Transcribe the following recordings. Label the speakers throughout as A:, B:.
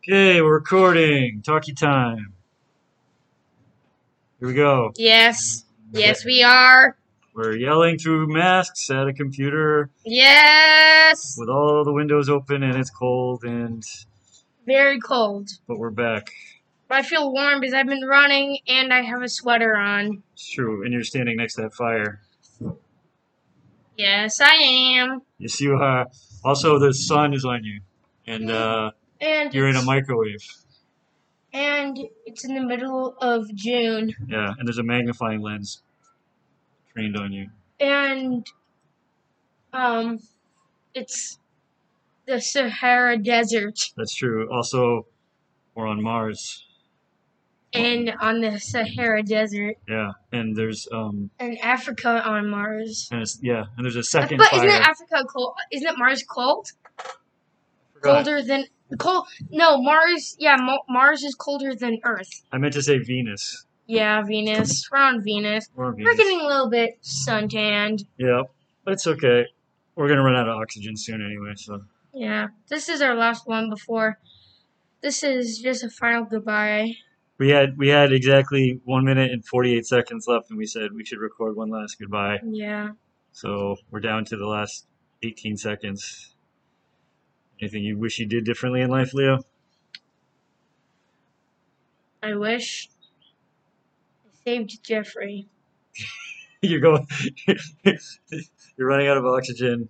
A: Okay, we're recording. Talkie time. Here we go.
B: Yes. Yes, we are.
A: We're yelling through masks at a computer
B: Yes.
A: with all the windows open and it's cold and
B: Very cold.
A: but we're back.
B: But I feel warm because I've been running and I have a sweater on.
A: It's true. And you're standing next to that fire.
B: Yes, I am.
A: Yes, you are. Also, the sun is on you and uh,
B: And
A: you're in a
B: it's-
A: microwave.
B: and it's in the middle of June
A: Yeah, and there's a magnifying lens trained on you.
B: and um it's the Sahara Desert
A: That's true. Also, we're on Mars.
B: and on the Sahara Desert
A: Yeah, and there's um
B: and Africa on Mars.
A: and it's, yeah, and there's a
B: But
A: second
B: isn't
A: fire.
B: Africa cold? Isn't Mars cold?
A: Forgot.
B: colder than cold. No, Mars. Yeah, Mo- Mars is colder than Earth.
A: I meant to say Venus.
B: Yeah, Venus. We're on Venus.
A: We're on
B: We're
A: Venus.
B: getting a little bit suntanned.
A: Yeah, it's okay. We're gonna run out of oxygen soon anyway, so
B: Yeah, this is our last one before. This is just a final goodbye.
A: we had we had exactly one minute and forty eight seconds left, and we said we should record one last goodbye.
B: Yeah.
A: So we're down to the last eighteen seconds. Anything you wish you did differently in life, Leo?
B: I wish I saved Jeffrey.
A: You're going. you're running out of oxygen,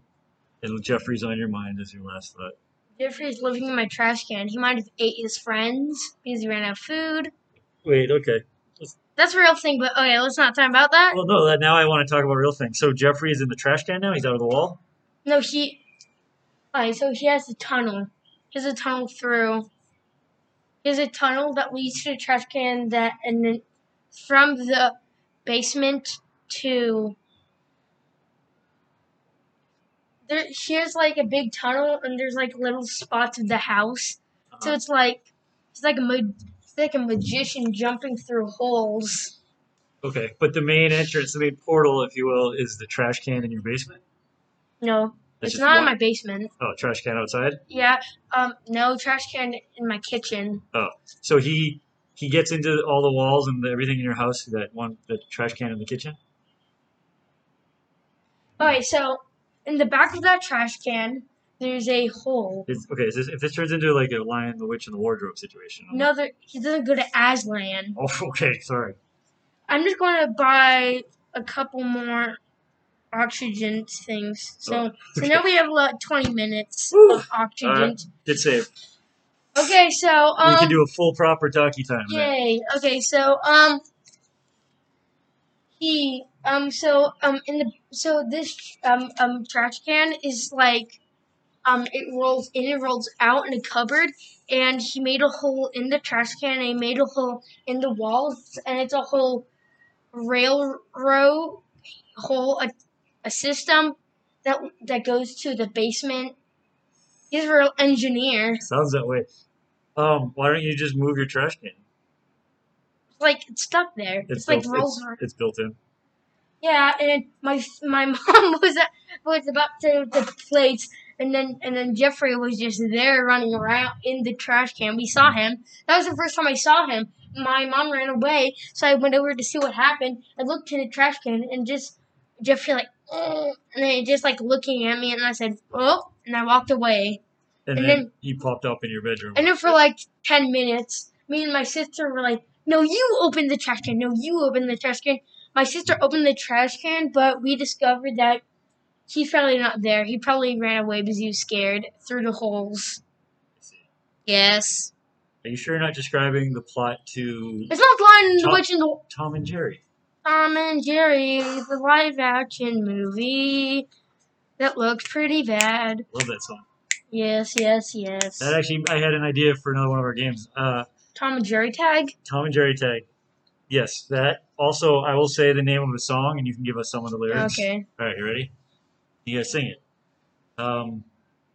A: and Jeffrey's on your mind as your last thought.
B: Jeffrey's living in my trash can. He might have ate his friends because he ran out of food.
A: Wait, okay.
B: That's a real thing, but okay, let's not talk about that.
A: Well, no. that- Now I want to talk about real things. So Jeffrey is in the trash can now. He's out of the wall.
B: No, he. Alright, so he has a tunnel. He has a tunnel through. He has a tunnel that leads to the trash can that, and then from the basement to. There, here's like a big tunnel, and there's like little spots of the house. So
A: Uh-huh.
B: it's like it's like a ma- it's like a magician jumping through holes.
A: Okay, but the main entrance, the main portal, if you will, is the trash can in your basement.
B: No,
A: That's
B: it's
A: just
B: not in
A: one-
B: my basement.
A: Oh, trash can outside.
B: Yeah, um, no trash can in my kitchen.
A: So he he gets into all the walls and everything in your house. That one, the trash can in the kitchen.
B: Okay, so in the back of that trash can, there's a hole.
A: It's, okay, is this, if this turns into like a Lion, the Witch, and the Wardrobe situation. I'm-
B: Another, he doesn't go to Aslan.
A: Oh, okay. Sorry.
B: I'm just going to buy a couple more oxygen things. So, so now we have like 20 minutes
A: Woo.
B: of oxygen.
A: Did save.
B: Okay, so
A: we
B: um,
A: can do a full proper talkie time. then.
B: yay. Okay, so um, he um, so um, in the so this um um trash can is like um, it rolls in and rolls out in a cupboard. And he made a hole in the trash can. And he made a hole in the walls, and it's a whole railroad whole a, a system that that goes to the basement. He's a real engineer.
A: Sounds that way. Um, why don't you just move your trash can?
B: It's Like it's stuck there. It's,
A: It's
B: like
A: built,
B: rolls.
A: it's,
B: ar-
A: it's built in.
B: Yeah, and my my mom was at- was about to the plates, and then and then Jeffrey was just there running around in the trash can. We saw him. That was the first time I saw him. My mom ran away, so I went over to see what happened. I looked in the trash can, and just Jeffrey like, "Oh," and then he just like looking at me, and I said, "Oh," and I walked away.
A: And,
B: And
A: then,
B: then-
A: he popped up in your bedroom.
B: And then for like ten minutes, me and my sister were like, "No, you open the trash can. No, you open the trash can." My sister opened the trash can, but we discovered that he's probably not there. He probably ran away because he was scared through the holes. Yes,
A: Are you sure you're not describing the plot to
B: it's not Blind
A: Tom-
B: the Witch and the
A: Tom and Jerry?
B: Tom and Jerry, the live action movie that looked pretty bad.
A: Love that song.
B: Yes, yes, yes.
A: That actually, I had an idea for another one of our games. Uh,
B: Tom and Jerry tag.
A: Tom and Jerry tag. Yes, that. Also, I will say the name of a song, and you can give us some of the lyrics.
B: Okay.
A: All right, you ready? You guys sing it. Um,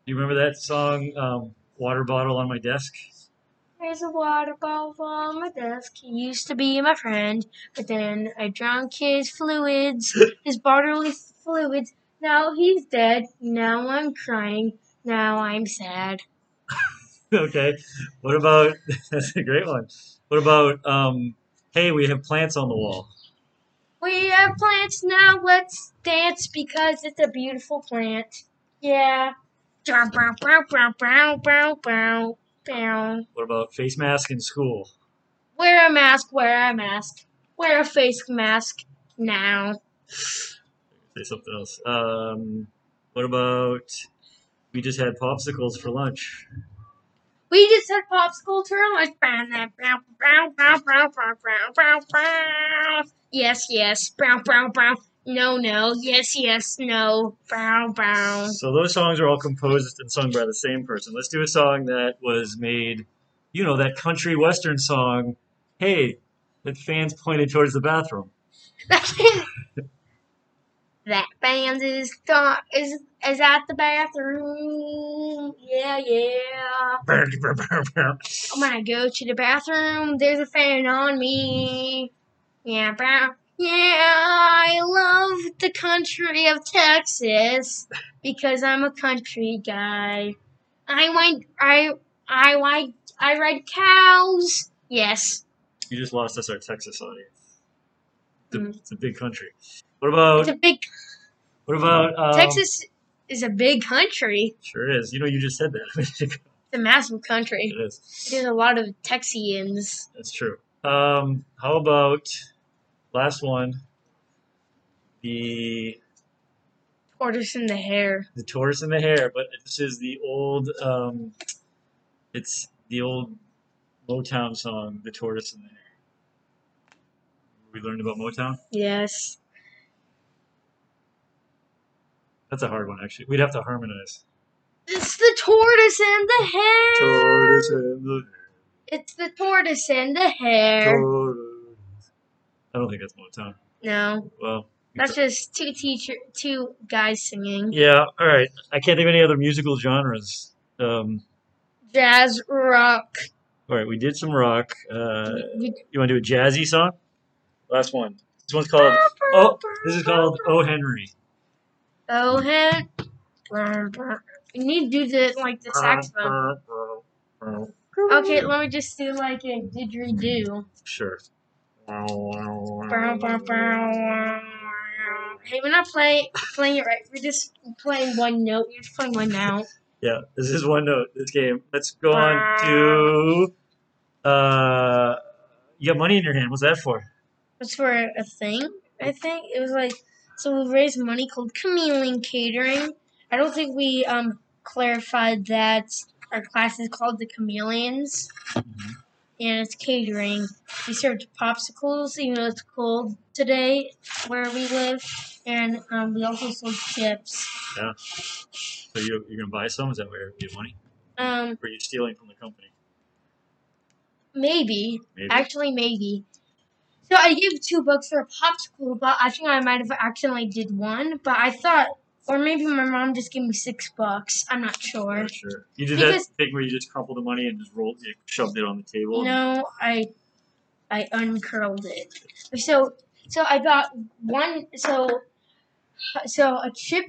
A: you remember that song, um, "Water Bottle on My Desk"?
B: There's a water bottle on my desk. He used to be my friend, but then I drunk his fluids, his bodily fluids. Now he's dead. Now I'm crying. Now I'm sad.
A: okay. What about that's a great one. What about um hey, we have plants on the wall.
B: We have plants now. Let's dance because it's a beautiful plant. Yeah. Brow, brow, brow, brow, brow, brow, brow, brow.
A: What about face mask in school?
B: Wear a mask. Wear a mask. Wear a face mask now.
A: Say something else. Um what about we just had popsicles for lunch.
B: We just had popsicle turtles. Brow, brow, brow, brow, brow, brow, brow, brow, brow. Yes, yes. Brow, brow, brow. No, no. Yes, yes. No. Brow, brow.
A: So those songs are all composed and sung by the same person. Let's do a song that was made, you know, that country western song, hey, that fans pointed towards the bathroom.
B: that band is got is is at the bathroom. Yeah, yeah. I'm gonna go to the bathroom. There's a fan on me. Yeah, brow. Yeah, I love the country of Texas because I'm a country guy. I went. I I like. I ride cows. Yes.
A: You just lost us our Texas audience. It's a,
B: Mm.
A: it's a big country. What
B: It's
A: about
B: a big
A: what about um,
B: Texas is a big country.
A: Sure is. You know, you just said that.
B: It's a massive country.
A: it is.
B: There's a lot of Texians.
A: That's true. Um, how about last one? The
B: Tortoise in the hair.
A: the tortoise and the hare, but this is the old um, it's the old Motown song, The Tortoise and the Hare. We learned about Motown.
B: Yes.
A: That's a hard one actually. We'd have to harmonize.
B: It's the tortoise and the hare.
A: Tortoise and the
B: It's the tortoise and the hare.
A: hare. Tortoise. I don't think that's Motown.
B: no,
A: Well, you
B: that's
A: try-
B: just two teacher, two guys singing
A: yeah. All right. I can't think of any other musical genres. Um,
B: jazz rock.
A: all right, we did some rock. Uh,
B: We-
A: You want to do a jazzy song? Last one. This one's called. Oh, this is called Oh Henry.
B: Oh, head. You need to do the like the saxophone. Okay, let me just do like a didgeridoo.
A: Sure.
B: Bow, bow, bow. Hey, we're not playing playing it right. We're just playing one note. We're just playing one note.
A: Yeah, this is one note. This game. Let's go on to. Uh, you got money in your hand. What's that for?
B: It's for a thing. I think it was like so we raised money called Chameleon Catering. I don't think we um clarified that our class is called the Chameleons and it's catering. We served popsicles, even though it's cold today where we live, and um, we also sold chips.
A: So you, you're gonna buy some? Is that where you have money?
B: Um,
A: Or you're stealing from the company?
B: maybe
A: Maybe.
B: Actually, maybe. So I gave two books for a popsicle, but I think I might have accidentally did one. But I thought, or maybe my mom just gave me six bucks. I'm not
A: Yeah,
B: sure.
A: sure. You did
B: Because-
A: that thing where you just crumpled the money and just rolled, you shoved it on the table.
B: No, I, I uncurled it. So, so I got one. So, so a chip,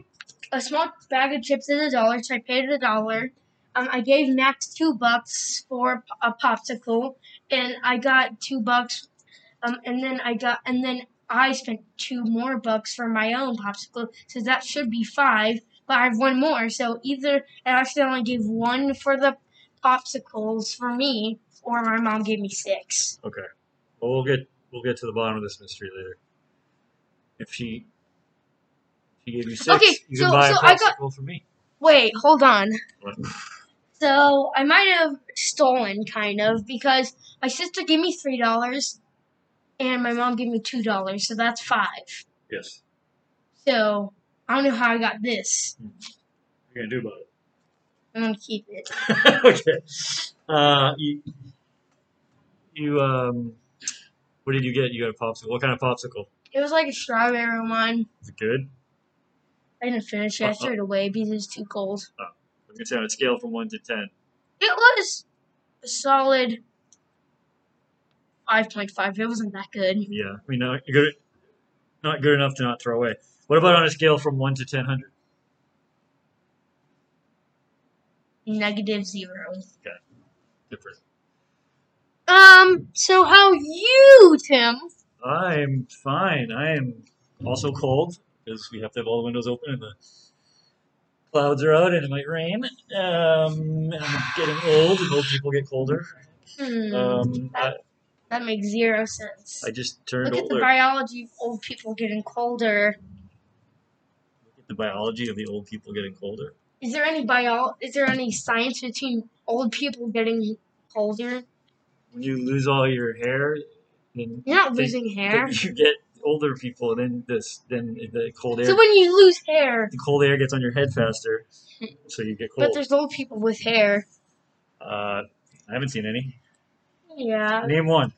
B: a small bag of chips is a dollar. So I paid it a dollar. Um, I gave Max two bucks for a popsicle, and I got two bucks. Um, and then I got, and then I spent two more bucks for my own popsicle. So that should be five. But I have one more. So either I actually only gave one for the popsicles for me, or my mom gave me six.
A: Okay. Well, we'll get we'll get to the bottom of this mystery later. If she she gave you six,
B: Okay,
A: you
B: so-
A: can buy
B: so
A: a
B: I
A: popsicle for me.
B: Wait, hold on.
A: What?
B: So I might have stolen, kind of, because my sister gave me three dollars, and my mom gave me two dollars, so that's five.
A: Yes.
B: So I don't know how I got this.
A: What are you gonna do
B: I'm gonna keep it.
A: about it? okay. Uh, you you um, what did you get? You got a popsicle. What kind of popsicle?
B: It was like a strawberry one.
A: Is it good?
B: I didn't finish it. I threw it away because it was too cold.
A: I was gonna say on a scale from one to ten.
B: It was a solid five point five. It wasn't that good.
A: Yeah. I mean, not good. Not good enough to not throw away. What about on a scale from one to ten hundred?
B: Negative zero.
A: different.
B: Um, so how you, Tim?
A: I'm fine. I am also cold because we have to have all the windows open and the clouds are out and it might rain. Um, I'm getting old and old people get colder.
B: Hmm,
A: Um, I,
B: that makes zero sense.
A: I just turned
B: Look at the
A: older.
B: biology of old people getting colder.
A: The biology of the old people getting colder.
B: Is there any bio? Is there any science between old people getting colder?
A: When you lose all your hair, then
B: You're not
A: They-
B: losing
A: then
B: hair.
A: you get older people, and then this, then the cold air,
B: So when you lose hair,
A: the cold air gets on your head faster, so you get
B: but
A: cold.
B: there's old people with hair.
A: Uh, I haven't seen any.
B: Yeah.
A: Name one.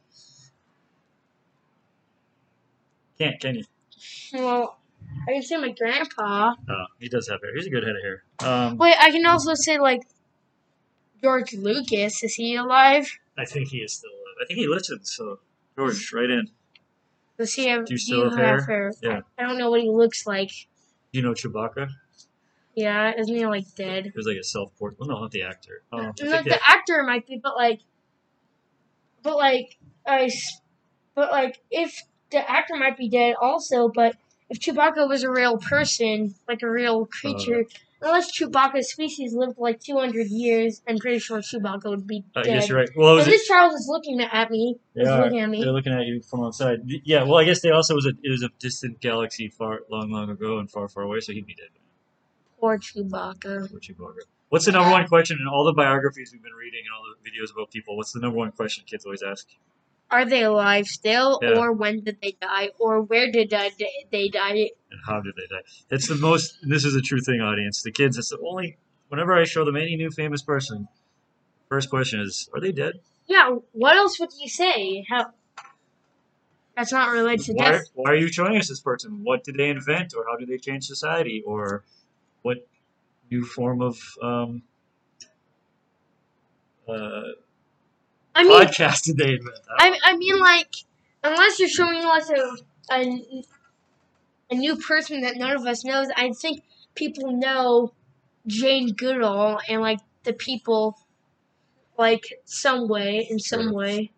A: Can't, can you?
B: Well, I can say my grandpa.
A: Oh, he does have hair. He's a good head of hair. Um,
B: Wait, I can also say like George Lucas. Is he alive?
A: I think he is still alive. I think he listens, so George, right in.
B: Does he have?
A: Do you still have hair? Yeah.
B: I don't know what he looks like.
A: Do you know Chewbacca?
B: Yeah, isn't he like dead?
A: He was like a self portrait. Well, no, not the actor. Um, I
B: No,
A: think
B: the
A: that-
B: actor might be, but like, but like, I, s- but like, if the actor might be dead also, but if Chewbacca was a real person, like a real creature, unless Chewbacca's species lived like 200 years, I'm pretty sure Chewbacca would be
A: I
B: dead.
A: guess uh, you're right. Well, it was
B: and this Charles is looking at me.
A: They
B: He's
A: are.
B: looking at me.
A: They're looking at you from outside. Y- Yeah, well, I guess they also was a it was a distant galaxy far long, long ago and far, far away, so he'd be dead.
B: Poor Chewbacca.
A: Or Chewbacca. What's the number one question in all the biographies we've been reading and all the videos about people? What's the number one question kids always ask?
B: Are they alive still,
A: Yeah.
B: or when did they die, or where did they, they die?
A: And how did they die? That's the most. and This is a true thing, audience. The kids. It's the only. Whenever I show them any new famous person, first question is, are they dead?
B: Yeah, what else would you say? How that's not related to
A: Why,
B: death.
A: why are you showing us this person? What did they invent, or how did they change society, or what new form of um, uh,
B: I mean,
A: podcast did they invent? I don't
B: I, I mean, like, unless you're showing us a, a uh, a new person that none of us knows, I think people know Jane Goodall and like the people, like some way in some
A: Sure.
B: way.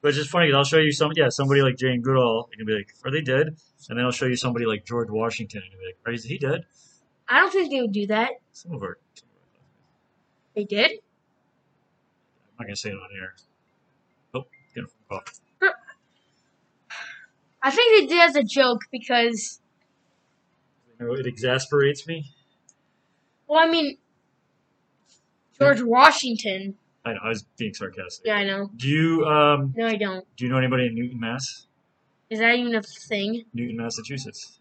A: But it's just funny. 'cause I'll show you some, yeah, somebody like Jane Goodall, and you'll be like, "Are they dead?" And then I'll show you somebody like George Washington, and you'll be like, "Are is he dead?"
B: I don't think they would do that.
A: Some of our,
B: They did.
A: I'm not gonna say it on air. Oh, it's gonna fall off.
B: I think they did as a joke because,
A: You know, it exasperates me.
B: well, I mean, George Washington.
A: I know I was being sarcastic.
B: Yeah, I know.
A: Do you um
B: No, I don't.
A: do you know anybody in Newton, Mass?
B: Is that even a thing?
A: Newton, Massachusetts.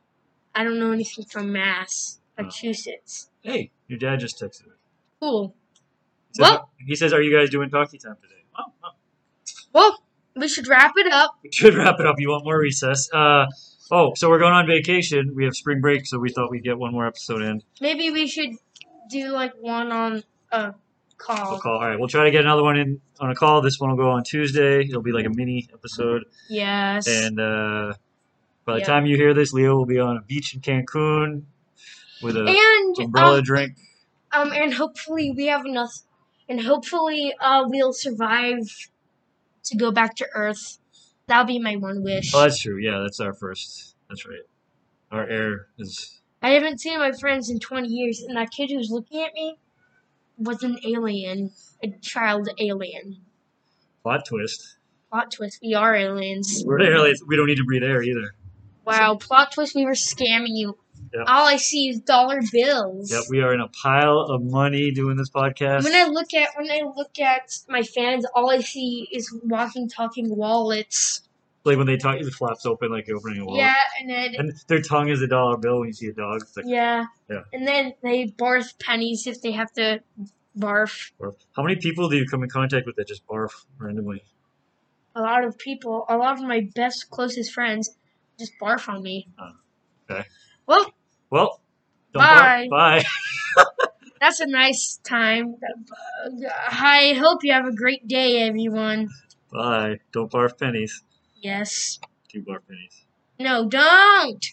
B: I don't know anything from Mass,
A: Oh.
B: Massachusetts.
A: Hey, your dad just texted me.
B: Cool.
A: He says,
B: Well-
A: he says, "Are you guys doing talkie time today?" Oh, oh.
B: Well, we should wrap it up.
A: We should wrap it up. You want more recess? Uh, oh, so we're going on vacation. We have spring break, so we thought we'd get one more episode in.
B: Maybe we should do like one on a
A: We'll
B: call.
A: call. All right, we'll try to get another one in on a call. This one will go on Tuesday. It'll be like a mini episode.
B: Yes.
A: And uh, by the
B: Yeah.
A: time you hear this, Leo will be on a beach in Cancun with a
B: And,
A: umbrella
B: um,
A: drink.
B: um, and hopefully we have enough, and hopefully uh we'll survive to go back to Earth. That'll be my one wish.
A: Oh, that's true. Yeah, that's our first. That's right. Our air is.
B: I haven't seen my friends in 20 years, and that kid who's looking at me was an alien, a child alien.
A: Plot twist.
B: Plot twist: we are aliens.
A: We're really, we don't need to breathe air either.
B: Wow, plot twist, we were scamming you.
A: Yeah.
B: All I see is dollar bills.
A: Yep, we are in a pile of money doing this podcast.
B: When I look at when I look at my fans, all I see is walking talking wallets.
A: like when they talk, it flaps open like you're opening a wallet.
B: Yeah, and then
A: And their tongue is a dollar bill when you see a dog. It's like,
B: yeah.
A: Yeah.
B: And then they barf pennies if they have to barf.
A: barf. how many people do you come in contact with that just barf randomly?
B: A lot of people, a lot of my best closest friends just barf on me.
A: Oh, okay.
B: Well,
A: Well, don't
B: Bye.
A: barf. Bye.
B: that's a nice time. I hope you have a great day, everyone.
A: Bye. Don't barf pennies.
B: Yes.
A: Do barf pennies.
B: No, don't.